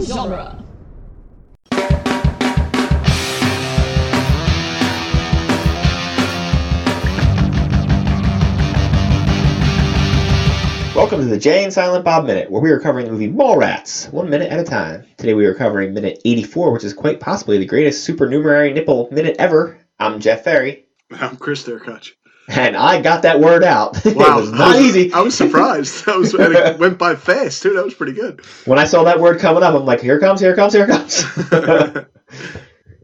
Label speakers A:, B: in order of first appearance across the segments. A: genre.
B: Welcome to the Jay and Silent Bob Minute, where we are covering the movie Mallrats, one minute at a time. Today we are covering minute 84, which is quite possibly the greatest supernumerary nipple minute ever. I'm Jeff Ferry,
C: I'm Chris Derkach.
B: and I got that word out. it
C: Wow, Oh.
B: was not
C: I was,
B: easy.
C: I was surprised. That was and it went by fast too. That was pretty good.
B: When I saw that word coming up, I'm like, here it comes, here it comes, here it comes.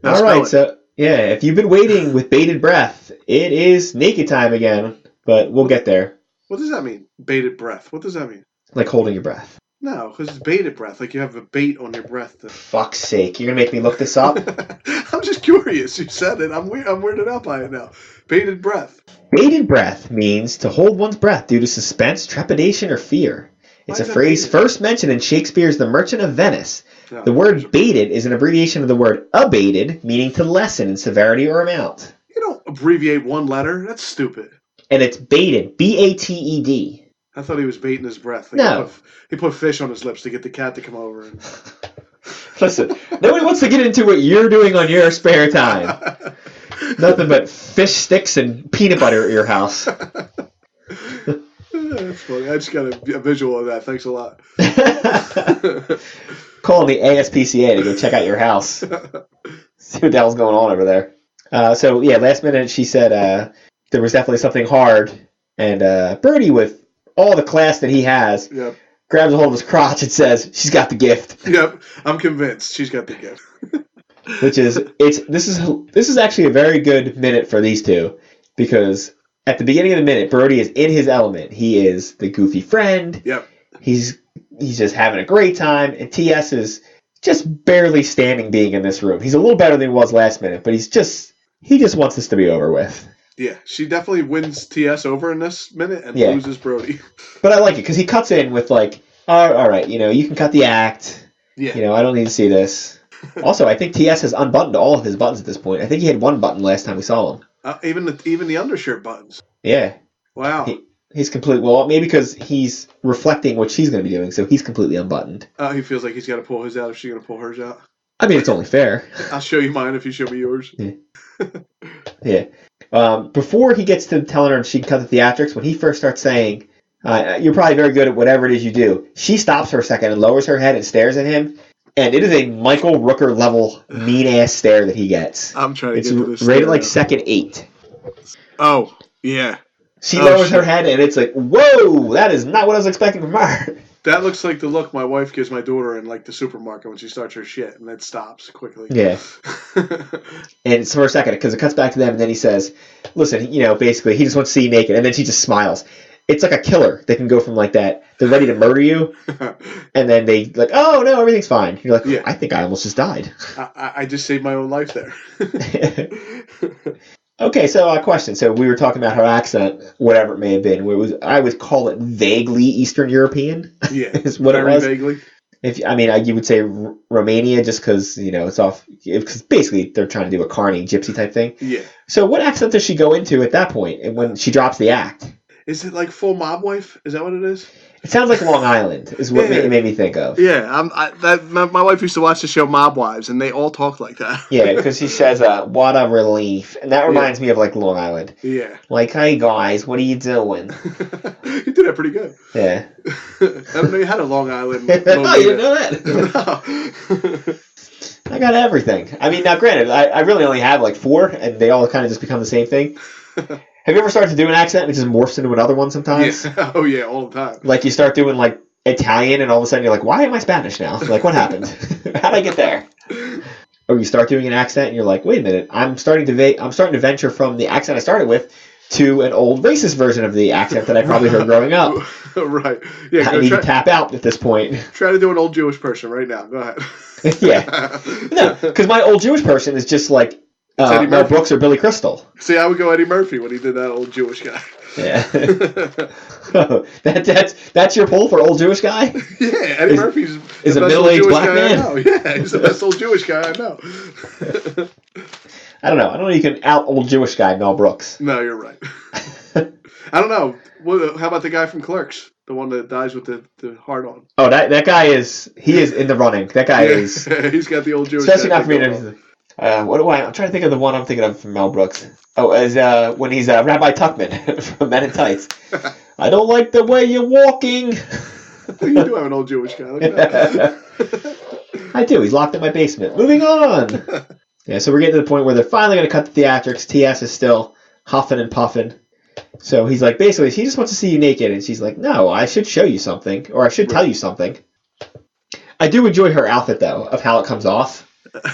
C: Now
B: All
C: spell
B: right,
C: it.
B: so yeah, if you've been waiting with bated breath, it is naked time again, but we'll get there.
C: what does that mean? Bated breath. What does that mean?
B: Like holding your breath.
C: No, because it's bated breath. Like you have a bait on your breath. To...
B: Fuck's sake, you're gonna make me look this up?
C: I'm just curious. You said it. I'm weird. I'm weirded out by it now. Bated breath.
B: Bated breath means to hold one's breath due to suspense, trepidation, or fear. It's
C: Why
B: a
C: is it
B: phrase
C: bated?
B: first mentioned in Shakespeare's The Merchant of Venice.
C: No,
B: The word bated is an abbreviation of the word abated, meaning to lessen in severity or amount.
C: You don't abbreviate one letter. That's stupid.
B: And it's baited, B A T E D.
C: I thought he was baiting his breath. Like
B: No.
C: He put, he put fish on his lips to get the cat to come over. And...
B: Listen, nobody wants to get into what you're doing on your spare time. Nothing but fish sticks and peanut butter at your house.
C: That's funny. I just got a, a visual of that. Thanks a lot.
B: Call the ASPCA to go check out your house. See what the hell's going on over there. Uh, so yeah, last minute she said uh, there was definitely something hard, and uh, Birdie, with all the class that he has,
C: Yep.
B: grabs a hold of his crotch and says, "She's got the gift,"
C: Yep. I'm convinced she's got the gift.
B: which is it's this is this is actually a very good minute for these two because at the beginning of the minute, Birdie is in his element. He is the goofy friend.
C: Yep.
B: He's he's just having a great time, and TS is just barely standing being in this room. He's a little better than he was last minute, but he's just he just wants this to be over with.
C: Yeah. She definitely wins TS over in this minute and
B: Yeah.
C: loses Brody.
B: But I like it because he cuts in with like, all all right, you know, you can cut the act.
C: Yeah.
B: You know, I don't need to see this. also, I think TS has unbuttoned all of his buttons at this point. I think he had one button last time we saw him.
C: Uh, even the even the undershirt buttons.
B: Yeah,
C: Wow.
B: He- he's completely well, maybe because he's reflecting what she's going to be doing, so he's completely unbuttoned.
C: Uh, he feels like he's got to pull his out. If she's gonna pull hers out,
B: I mean, it's only fair.
C: I'll show you mine if you show me yours.
B: Yeah. Um, before he gets to telling her she can cut the theatrics, when he first starts saying, uh, "You're probably very good at whatever it is you do," she stops for a second and lowers her head and stares at him, and it is a Michael Rooker level mean ass stare that he gets.
C: I'm trying to
B: It's
C: get to this.
B: rated like
C: now.
B: second eight.
C: Oh yeah.
B: She
C: Oh,
B: lowers her
C: shit.
B: head and it's like, "Whoa, that is not what I was expecting from her."
C: That looks like the look my wife gives my daughter in like the supermarket when she starts her shit and it stops quickly.
B: Yeah. And it's for a second because it cuts back to them, and then he says, "Listen, you know, basically, he just wants to see you naked," and then she just smiles. It's like a killer. They can go from like that. They're ready to murder you. and then they like, oh no, everything's fine. You're like,
C: Yeah.
B: I think I almost just died.
C: I, I- I just saved my own life there.
B: okay, so uh, question. So we were talking about her accent, whatever it may have been. It was I would call it vaguely Eastern European
C: yeah.
B: is what
C: Very
B: it was.
C: vaguely.
B: If I mean, I, you would say R- Romania just because you know it's off because basically they're trying to do a carny gypsy type thing.
C: Yeah.
B: So what accent does she go into at that point? And when she drops the act,
C: Is it like full mob wife? Is that what it is?
B: it sounds like Long Island is what ma-
C: Yeah.
B: it made me think of.
C: Yeah. I'm, I, that, my, my wife used to watch the show Mob Wives, and they all talk like that.
B: Yeah, because she says, uh, "What a relief," and that reminds me of like Long Island.
C: yeah.
B: Like, hey guys, what are you doing?
C: you did that pretty good.
B: Yeah.
C: I don't know you had a Long Island.
B: oh, you didn't
C: moment.
B: know that?
C: No.
B: I got everything. I mean, now granted, I, I really only have like four, and they all kind of just become the same thing. have you ever started to do an accent and it just morphs into another one sometimes?
C: yeah. Oh, yeah, all the time.
B: Like you start doing like Italian, and all of a sudden you're like, why am I Spanish now? Like, what happened? How'd I get there? Or you start doing an accent, and you're like, wait a minute, I'm starting to va- I'm starting to venture from the accent I started with to an old racist version of the accent that I probably heard growing up.
C: right. Yeah,
B: I
C: go
B: need to
C: try,
B: tap out at this point.
C: try to do an old Jewish person right now. Go ahead.
B: yeah. No, because my old Jewish person is just like uh,
C: Eddie
B: Mel
C: Murphy.
B: Brooks or Billy Crystal.
C: See, I would go Eddie Murphy when he did that old Jewish guy.
B: Yeah,
C: yeah,
B: that, that's that's your poll for old Jewish guy.
C: Eddie
B: Is-
C: Murphy's
B: is a
C: the best old
B: middle-aged
C: Jewish
B: black
C: guy
B: man.
C: I know. Yeah, he's the best old Jewish guy I know.
B: I don't know. I don't know. You can out old Jewish guy Mel Brooks.
C: no, you're right. I don't know. What, how about the guy from Clerks? The one that dies with the, the heart on.
B: Oh, that that guy is he is in the running. That guy is
C: he's got the old Jewish.
B: especially
C: guy
B: not for me.
C: thing
B: to-
C: going on.
B: Uh, what do I? I'm trying to think of the one I'm thinking of from Mel Brooks. Oh, as uh, when he's uh, Rabbi Tuckman from Men in Tights. I don't like the way you're walking.
C: you do have an old Jewish guy. Look at that.
B: I do. He's locked in my basement. Moving on. yeah, so we're getting to the point where they're finally going to cut the theatrics. TS is still huffing and puffing. So he's like, basically, he just wants to see you naked. And she's like, no, I should show you something, or I should tell you something. I do enjoy her outfit, though, of how it comes off.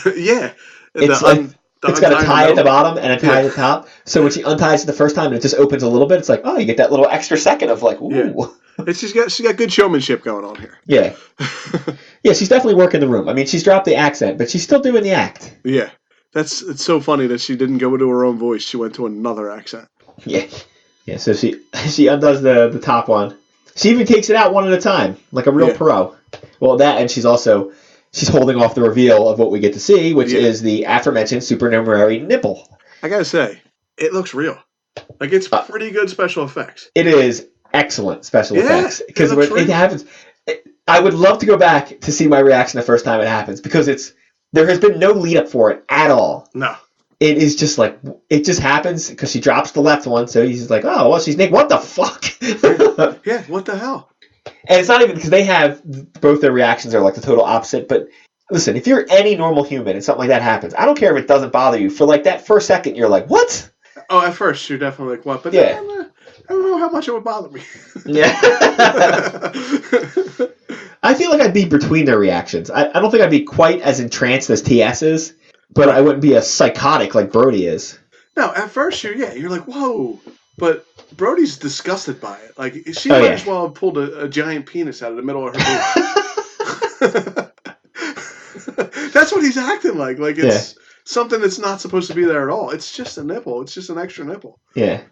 C: yeah.
B: It's like-
C: the
B: it's got a
C: untied
B: tie at the
C: note.
B: bottom and a tie at
C: Yeah.
B: the top. So when she unties it the first time and it just opens a little bit, it's like, oh, you get that little extra second of like, ooh.
C: It's, she's got she's got good showmanship going on here.
B: Yeah. yeah, she's definitely working the room. I mean, she's dropped the accent, but she's still doing the act.
C: Yeah. That's it's so funny that she didn't go into her own voice. She went to another accent.
B: Yeah. Yeah, so she she undoes the, the top one. She even takes it out one at a time, like a real
C: Yeah.
B: pro. Well, that, and she's also, she's holding off the reveal of what we get to see, which
C: Yeah.
B: is the aforementioned supernumerary nipple.
C: I gotta say, it looks real. Like it's
B: Uh,
C: pretty good special effects.
B: it is excellent special
C: Yeah,
B: effects because
C: it looks
B: it
C: real.
B: happens. it- I would love to go back to see my reaction the first time it happens because it's there has been no lead up for it at all.
C: No.
B: It is just like it just happens because she drops the left one, so he's like, "Oh, well, she's Nick. What the fuck?" and
C: Yeah, what the hell?
B: it's not even because they have both their reactions are like the total opposite. But listen, if you're any normal human and something like that happens, I don't care if it doesn't bother you. For like that first second, you're like, "What?"
C: Oh, at first you're definitely like what, but
B: Yeah.
C: then, uh, I don't know how much it would bother me.
B: Yeah. I feel like I'd be between their reactions. I, I don't think I'd be quite as entranced as TS is, but I wouldn't be a psychotic like Brody is.
C: no, at first you're yeah, you're like whoa, but Brody's disgusted by it. Like she
B: Oh,
C: might
B: yeah.
C: as well have pulled a, a giant penis out of the middle of her boot. that's what he's acting like. Like it's something that's not supposed to be there at all. It's just a nipple. It's just an extra nipple.
B: Yeah.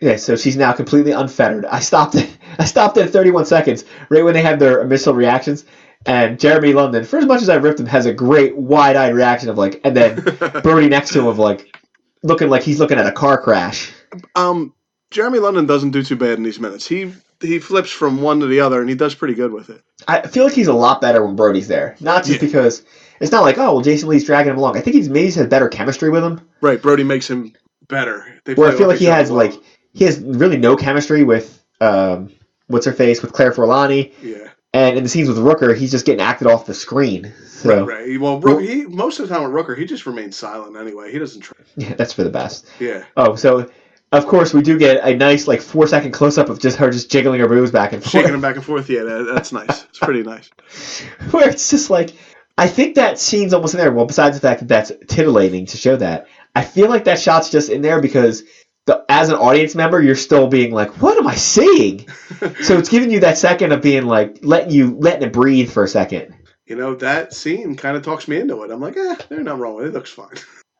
B: Yeah, so she's now completely unfettered. I stopped it. I stopped it at 31 seconds, right when they have their initial reactions. And Jeremy London, for as much as I ripped him, has a great wide-eyed reaction of like, and then Brody next to him of like, looking like he's looking at a car crash.
C: Um, Jeremy London doesn't do too bad in these minutes. He he flips from one to the other, and he does pretty good with it.
B: I feel like he's a lot better when Brody's there. Not just
C: Yeah.
B: because it's not like oh well Jason Lee's dragging him along. I think he's maybe he's had better chemistry with him.
C: Right, Brody makes him better. They
B: Where I
C: play
B: feel
C: off
B: like he
C: each other
B: has
C: well.
B: like he has really no chemistry with um, what's her face with Claire Forlani,
C: yeah,
B: and in the scenes with Rooker he's just getting acted off the screen. So
C: right, right. Well, Rook, he most of the time with Rooker, he just remains silent anyway. He doesn't. Try.
B: Yeah, that's for the best.
C: Yeah,
B: Oh, so of course we do get a nice like four second close up of just her just jiggling her boobs back and
C: shaking
B: forth,
C: him back and forth. Yeah, that, that's nice. It's pretty nice.
B: where it's just like. I think that scene's almost in there. Well, besides the fact that that's titillating to show that, I feel like that shot's just in there because, the, as an audience member, you're still being like, "What am I seeing?" so it's giving you that second of being like, letting you letting it breathe for a second.
C: You know that scene kind of talks me into it. I'm like, eh, there's nothing wrong with it. It looks fine.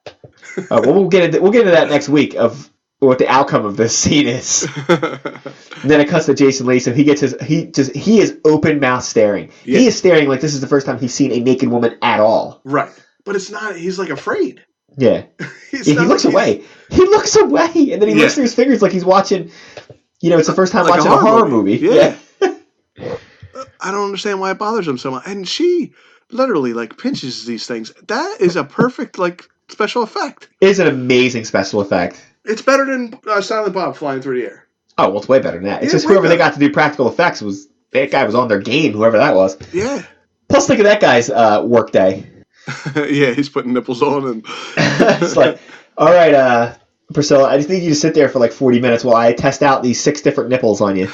B: Uh, well, we'll get into we'll get into that next week of what the outcome of this scene is. And then it cuts to Jason Lee, so he gets his he just he is open mouth staring.
C: Yeah.
B: He is staring like this is the first time he's seen a naked woman at all.
C: right, but it's not. He's like afraid.
B: Yeah,
C: He's
B: Yeah,
C: not
B: he looks
C: like he's-
B: away. He looks away, and then he
C: Yeah.
B: looks through his fingers like he's watching. You know, it's the first time watching a horror, movie.
C: Yeah. I don't understand why it bothers him so much. And she literally like pinches these things. That is a perfect like special effect.
B: It is an amazing special effect.
C: It's better than uh, Silent Bob flying through the air.
B: Oh well, it's way better than that. It's
C: Yeah,
B: just
C: way
B: whoever they
C: better.
B: got to do practical effects was that guy was on their game, whoever that was.
C: Yeah.
B: Plus, look at that guy's uh, work day.
C: yeah, he's putting nipples on and
B: it's like, all right, uh, Priscilla, I just need you to sit there for like 40 minutes while I test out these six different nipples on you.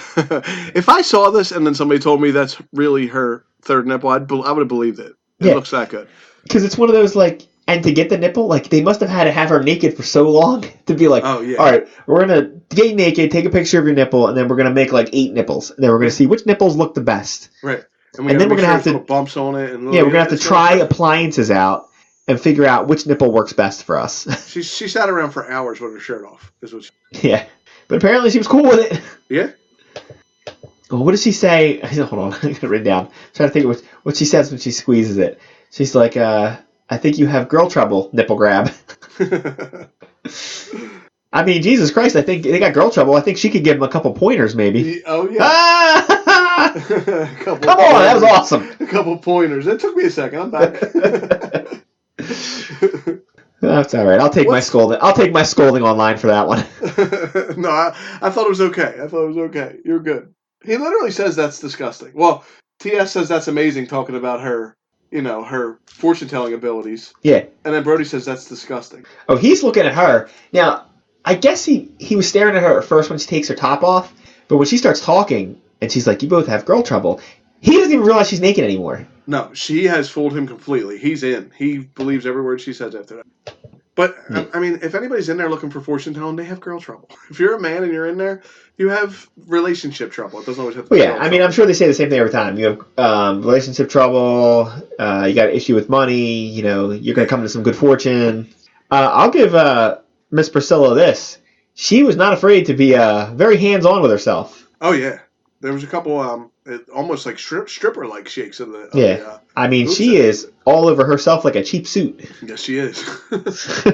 C: if I saw this and then somebody told me that's really her third nipple, I'd bel I would have believed it. It
B: Yeah.
C: looks that good.
B: Because it's one of those, like, and to get the nipple, like, they must have had to have her naked for so long to be like,
C: Oh yeah.
B: all right, we're going to get you naked, take a picture of your nipple, and then we're going to make like eight nipples. And then we're going to see which nipples look the best.
C: we
B: and then
C: gotta
B: we're
C: make
B: gonna have
C: there's
B: to-
C: no bumps on it and
B: Yeah, we're going to have to
C: it's
B: try
C: perfect.
B: appliances out and figure out which nipple works best for us.
C: She she sat around for hours with her shirt off. Is what she,
B: Yeah. But apparently she was cool with it.
C: Yeah.
B: Well, what does she say? Hold on, I got it written down. I'm trying to think of what, what she says when she squeezes it. She's like, uh, I think you have girl trouble, nipple grab. I mean, Jesus Christ! I think they got girl trouble. I think she could give him a couple pointers, maybe.
C: Oh yeah.
B: Ah!
C: a couple
B: Come on, that was
C: pointers.
B: awesome.
C: A couple pointers. It took me a second. I'm back.
B: That's all right. I'll take my
C: What's-
B: scolding. I'll take my scolding online for that one.
C: no, I, I thought it was okay. I thought it was okay. You're good. He literally says that's disgusting. Well, TS says that's amazing talking about her, you know, her fortune telling abilities.
B: Yeah.
C: And then Brody says that's disgusting.
B: Oh, he's looking at her now. I guess he he was staring at her at first when she takes her top off, but when she starts talking and she's like, "You both have girl trouble," he doesn't even realize she's naked anymore.
C: No, she has fooled him completely. He's in. He believes every word she says after that. But
B: Hmm.
C: I, I mean, if anybody's in there looking for fortune telling, they have girl trouble. If you're a man and you're in there, you have relationship trouble. It doesn't always have to.
B: Well,
C: be
B: Oh, yeah,
C: girl
B: I mean, I'm sure they say the same thing every time. You have um, relationship trouble. Uh, you got an issue with money. You know, you're going to come to some good fortune. Uh, I'll give uh, Miss Priscilla this. She was not afraid to be uh, very hands-on with herself.
C: Oh yeah, there was a couple um, it- almost like strip, stripper like shakes of the. Of
B: Yeah.
C: The, uh,
B: I mean,
C: Oops.
B: she is all over herself like a cheap suit.
C: yes, she is.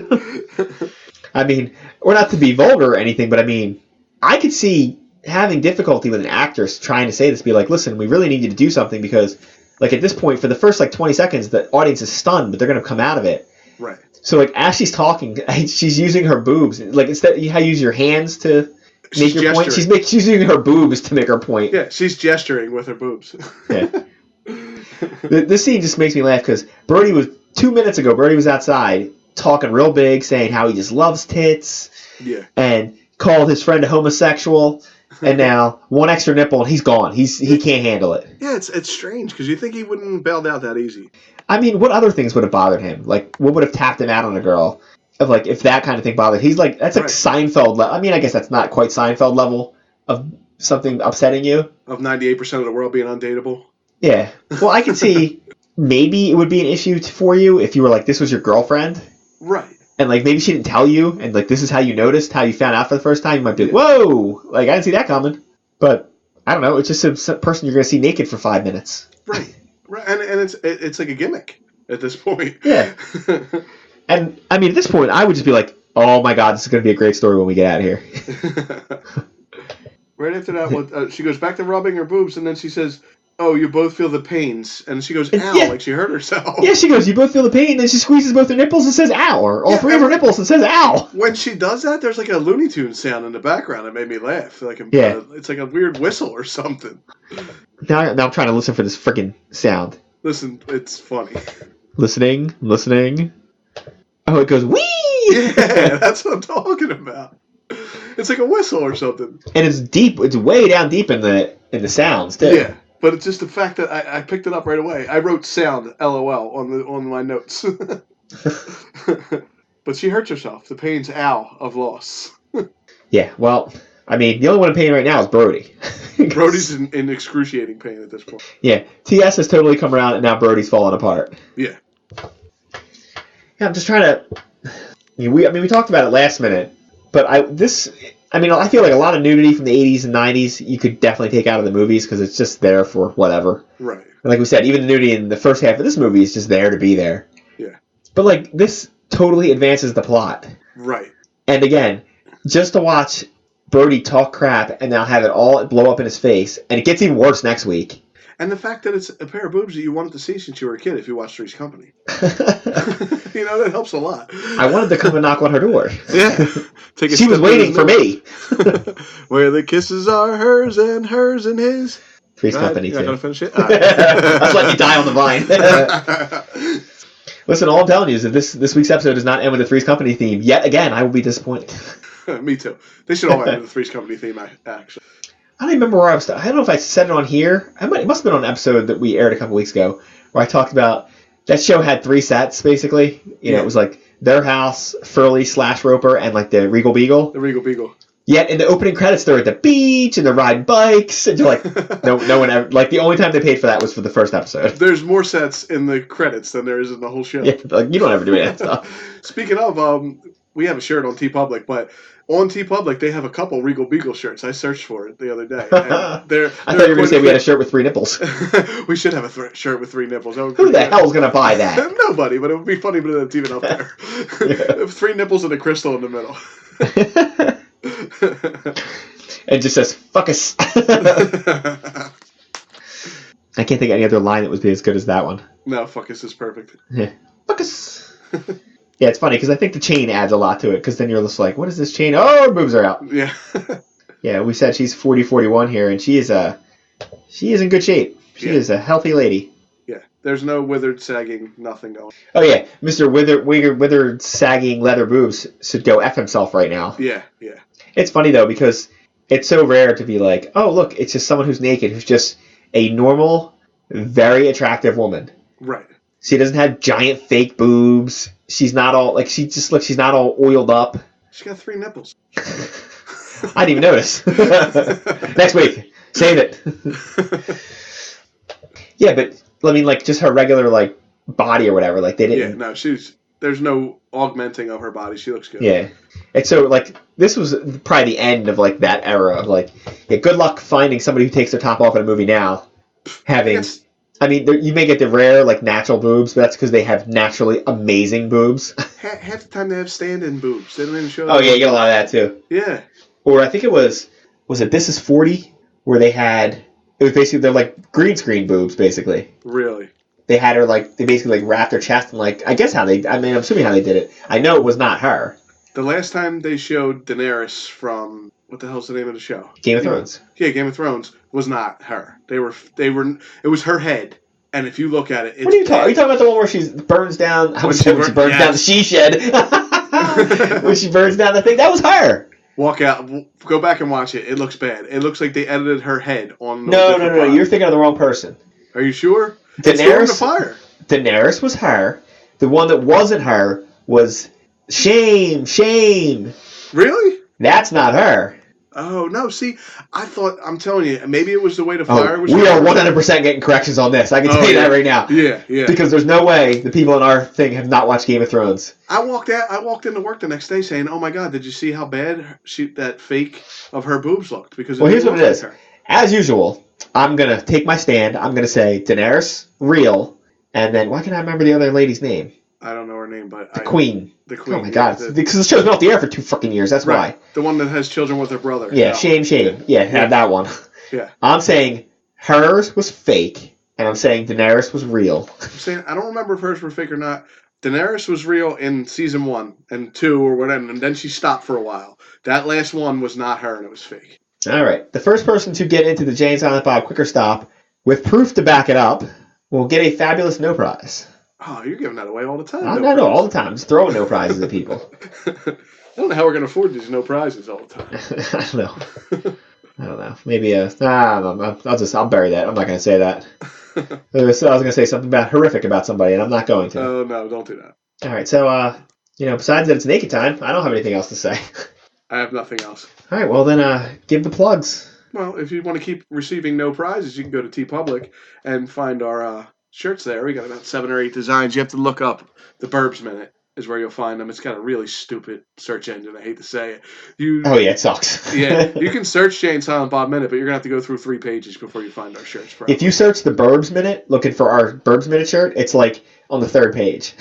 B: I mean, or not to be vulgar or anything, but I mean, I could see having difficulty with an actress trying to say this, be like, listen, we really need you to do something because, like, at this point, for the first, like, 20 seconds, the audience is stunned, but they're going to come out of it.
C: right.
B: So, like, as she's talking, she's using her boobs. Like, instead, you how you use your hands to make
C: She's
B: your
C: gesturing.
B: point. She's, make, she's using her boobs to make her point.
C: Yeah, she's gesturing with her boobs.
B: Yeah. Th- this scene just makes me laugh because Brody was, two minutes ago, Brody was outside talking real big, saying how he just loves tits.
C: yeah.
B: and called his friend a homosexual, and now one extra nipple and he's gone. He's he can't handle it.
C: Yeah, it's it's strange because you think he wouldn't bailed out that easy.
B: I mean, what other things would have bothered him? Like what would have tapped him out on a girl? Of like if that kind of thing bothered, he's like that's like
C: Right.
B: Seinfeld. Le- I mean, I guess that's not quite Seinfeld level of something upsetting you.
C: Of ninety eight percent of the world being undateable.
B: Yeah. Well, I can see maybe it would be an issue t- for you if you were like this was your girlfriend.
C: Right.
B: And like maybe she didn't tell you, and like this is how you noticed, how you found out for the first time. You might be like, "Whoa!" Like I didn't see that coming. But I don't know. It's just a s- person you're gonna see naked for five minutes.
C: Right. Right. And and it's it, it's like a gimmick at this point.
B: Yeah. And I mean, at this point, I would just be like, "Oh my god, this is gonna be a great story when we get out of here."
C: right after that, what, uh, she goes back to rubbing her boobs, and then she says, "Oh, you both feel the pains," and she goes, "Ow!"
B: Yeah.
C: Like she hurt herself.
B: yeah, she goes, "You both feel the pain," and then she squeezes both her nipples and says, "Ow!" Or all
C: Yeah,
B: three of her
C: every-
B: nipples and says, "Ow!"
C: When she does that, there's like a Looney Tune sound in the background. It made me laugh. Like a,
B: Yeah.
C: uh, it's like a weird whistle or something.
B: Now, now I'm trying to listen for this freaking sound.
C: Listen, it's funny.
B: Listening, listening. Oh, it goes wee,
C: Yeah, that's what I'm talking about. It's like a whistle or something.
B: and it's deep. It's way down deep in the in the sounds too.
C: Yeah, but it's just the fact that I, I picked it up right away. I wrote "sound" LOL on the on my notes. but she hurts herself. The pain's ow of loss.
B: Yeah, well, I mean, the only one in pain right now is Brody.
C: Brody's in, in excruciating pain at this point.
B: Yeah, TS has totally come around, and now Brody's falling apart.
C: Yeah.
B: Yeah, I'm just trying to. I mean, we, I mean, we talked about it last minute, but I this. I mean, I feel like a lot of nudity from the 80s and 90s you could definitely take out of the movies because it's just there for whatever.
C: Right.
B: And like we said, even the nudity in the first half of this movie is just there to be there.
C: Yeah.
B: But like this totally advances the plot.
C: Right.
B: And again, just to watch Brody talk crap and now have it all blow up in his face, and it gets even worse next week.
C: And the fact that it's a pair of boobs that you wanted to see since you were a kid if you watched Three's Company.
B: I
C: you know, that helps a lot.
B: wanted to come and knock on her door.
C: Yeah. Take
B: She was
C: step
B: waiting
C: in
B: for me.
C: the- Where the kisses are hers and hers and his.
B: Three's
C: Right?
B: Company
C: You're not
B: too.
C: gonna finish it?
B: That's why you die on the vine.
C: vine.
B: Listen, all I'm telling you is that this this week's episode does not end with a Three's Company theme. Yet again, I will be disappointed.
C: Me too. They should all end with the Three's Company theme, ac- actually.
B: I don't remember where I was. I don't know if I said it on here. I might, it must have been on an episode that we aired a couple weeks ago where I talked about that show had three sets basically. You know,
C: Yeah.
B: it was like their house, Furley slash Roper, and like the Regal Beagle.
C: The Regal Beagle.
B: Yet in the opening credits, they're at the beach and they're riding bikes, and you're like, no, no one ever. Like the only time they paid for that was for the first episode.
C: There's more sets in the credits than there is in the whole show.
B: Yeah, like you don't ever do that stuff.
C: Speaking of, um, we have a shirt on T Public, but on T Public they have a couple Regal Beagle shirts. I searched for it the other day. and They're,
B: I thought you were gonna say we had a shirt with three nipples.
C: we should have a th- shirt with three nipples. That would be
B: Who the
C: good.
B: hell's gonna buy that?
C: Nobody, but it would be funny, but it's even up there. Three nipples and a crystal in the middle.
B: and just says "fuck us." I can't think of any other line that would be as good as that one.
C: no, fuck this is perfect.
B: Fuck us. yeah, it's funny because I think the chain adds a lot to it. Because then you're just like, "What is this chain?" Oh, her boobs are out.
C: Yeah.
B: Yeah, we said she's 40, 41 here, and she is a she is in good shape. She
C: Yeah.
B: is a healthy lady.
C: yeah. There's no withered sagging, nothing going.
B: Oh yeah, Mister Wither Wigger Wither sagging leather boobs should go f himself right now.
C: Yeah, yeah.
B: It's funny though because it's so rare to be like, oh look, it's just someone who's naked who's just a normal, very attractive woman.
C: Right.
B: She doesn't have giant fake boobs. She's not all like she just looks. She's not all oiled up.
C: She's got three nipples.
B: I didn't even notice. Next week, save it. yeah, but I mean, like just her regular like body or whatever. Like they
C: yeah,
B: didn't.
C: no, she's there's no augmenting of her body. She looks good.
B: Yeah. And so like this was probably the end of like that era of like, yeah, good luck finding somebody who takes their top off in a movie now.
C: I think
B: Having,
C: it's-
B: I mean, there, you may get the rare like natural boobs, but that's because they have naturally amazing boobs.
C: ha- half the time they have stand-in boobs. They don't even show.
B: oh
C: them.
B: yeah, you get a lot of that too.
C: yeah,
B: or I think it was was it This Is Forty, where they had it was basically they're like green screen boobs basically.
C: really.
B: They had her like they basically like wrapped her chest and like I guess how they I mean I'm assuming how they did it. I know it was not her.
C: The last time they showed Daenerys from what the hell's the name of the show?
B: Game of Thrones.
C: Yeah, Game of Thrones was not her. They were they were it was her head. And if you look at it, it's
B: What are you talking? Are you talking about the one where she burns down? I
C: When
B: was
C: she
B: saying when she
C: burn-
B: burns down the
C: yes.
B: she shed. when she burns down the thing, that was her.
C: Walk out. w- Go back and watch it. It looks bad. It looks like they edited her head on.
B: No, no,
C: different
B: no, no.
C: file.
B: You're thinking of the wrong person.
C: Are you sure? It's during the
B: Daenerys.
C: fire.
B: Daenerys was her. The one that wasn't her was shame, shame.
C: Really?
B: That's not her.
C: Oh no! See, I thought I'm telling you, maybe it was the way the fire
B: Oh,
C: was.
B: we are
C: started.
B: 100% getting corrections on this. I can
C: Oh,
B: tell you
C: yeah.
B: that right now.
C: Yeah, yeah.
B: Because there's no way the people in our thing have not watched Game of Thrones.
C: I walked out. I walked into work the next day saying, "Oh my God, did you see how bad her- she that fake of her boobs looked?" Because
B: Well, here's
C: didn't
B: what
C: look
B: it is.
C: like her.
B: As usual, I'm going to take my stand. I'm going to say Daenerys, real. And then, why can't I remember the other lady's name?
C: I don't know her name, but
B: The
C: I,
B: Queen.
C: The queen.
B: Oh my
C: yeah,
B: God.
C: the-
B: Because the show's been off the air for two fucking years. That's
C: right.
B: why.
C: The one that has children with her brother.
B: Yeah,
C: No.
B: shame, shame. Yeah, have that one.
C: Yeah.
B: I'm saying hers was fake. And I'm saying Daenerys was real.
C: I'm saying I don't remember if hers were fake or not. Daenerys was real in season one and two or whatever, and then she stopped for a while. That last one was not her, and it was fake.
B: All right. The first person to get into the Jane Silent Bob Quicker Stop with proof to back it up will get a fabulous no prize.
C: Oh, you're giving that away all the time.
B: I
C: no
B: know, no,
C: prize.
B: all the time. Just throwing no prizes at people.
C: I don't know how we're gonna afford these no prizes all the time.
B: I don't know. I don't know. Maybe a. Nah, I don't know. I'll just. I'll bury that. I'm not going to say that. There was- I was going to say something about horrific about somebody, and I'm not going to.
C: Oh no, don't do that.
B: all right. So, uh, you know, besides that it's naked time, I don't have anything else to say.
C: I have nothing else.
B: all right. Well, then, uh, give the plugs.
C: Well, if you want to keep receiving no prizes, you can go to T Public and find our uh, shirts there. We got about seven or eight designs. You have to look up the Burbs Minute is where you'll find them. It's got a really stupid search engine. I hate to say it. You
B: Oh yeah, it sucks.
C: yeah, you can search Jane Silent Bob Minute, but you're gonna have to go through three pages before you find our shirts. Probably.
B: if you search the Burbs Minute looking for our Burbs Minute shirt, it's like on the third page.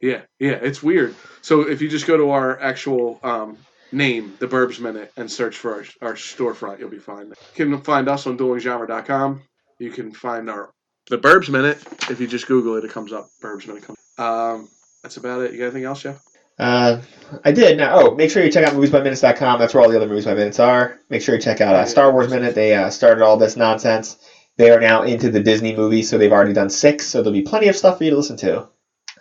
C: Yeah, yeah, it's weird. So if you just go to our actual um, name, The Burbs Minute, and search for our, our storefront, you'll be fine. You can find us on duelinggenre.com. You can find our The Burbs Minute. If you just Google it, it comes up. Burbs Minute comes Um, that's about it. You got anything else, Jeff?
B: Uh, I did. Now, oh, make sure you check out moviesbyminutes.com. That's where all the other movies by minutes are. Make sure you check out uh, Star Wars Minute. They uh, started all this nonsense. They are now into the Disney movies, so they've already done six. So there'll be plenty of stuff for you to listen to.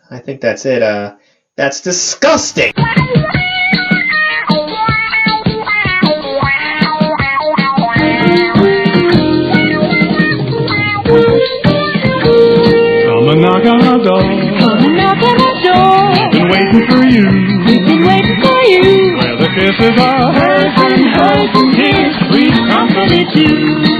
B: I think that's it. Uh, that's disgusting.
A: Come a knock on our door. Been waiting for you. Where the kisses are hers and hers and his. We come to meet you.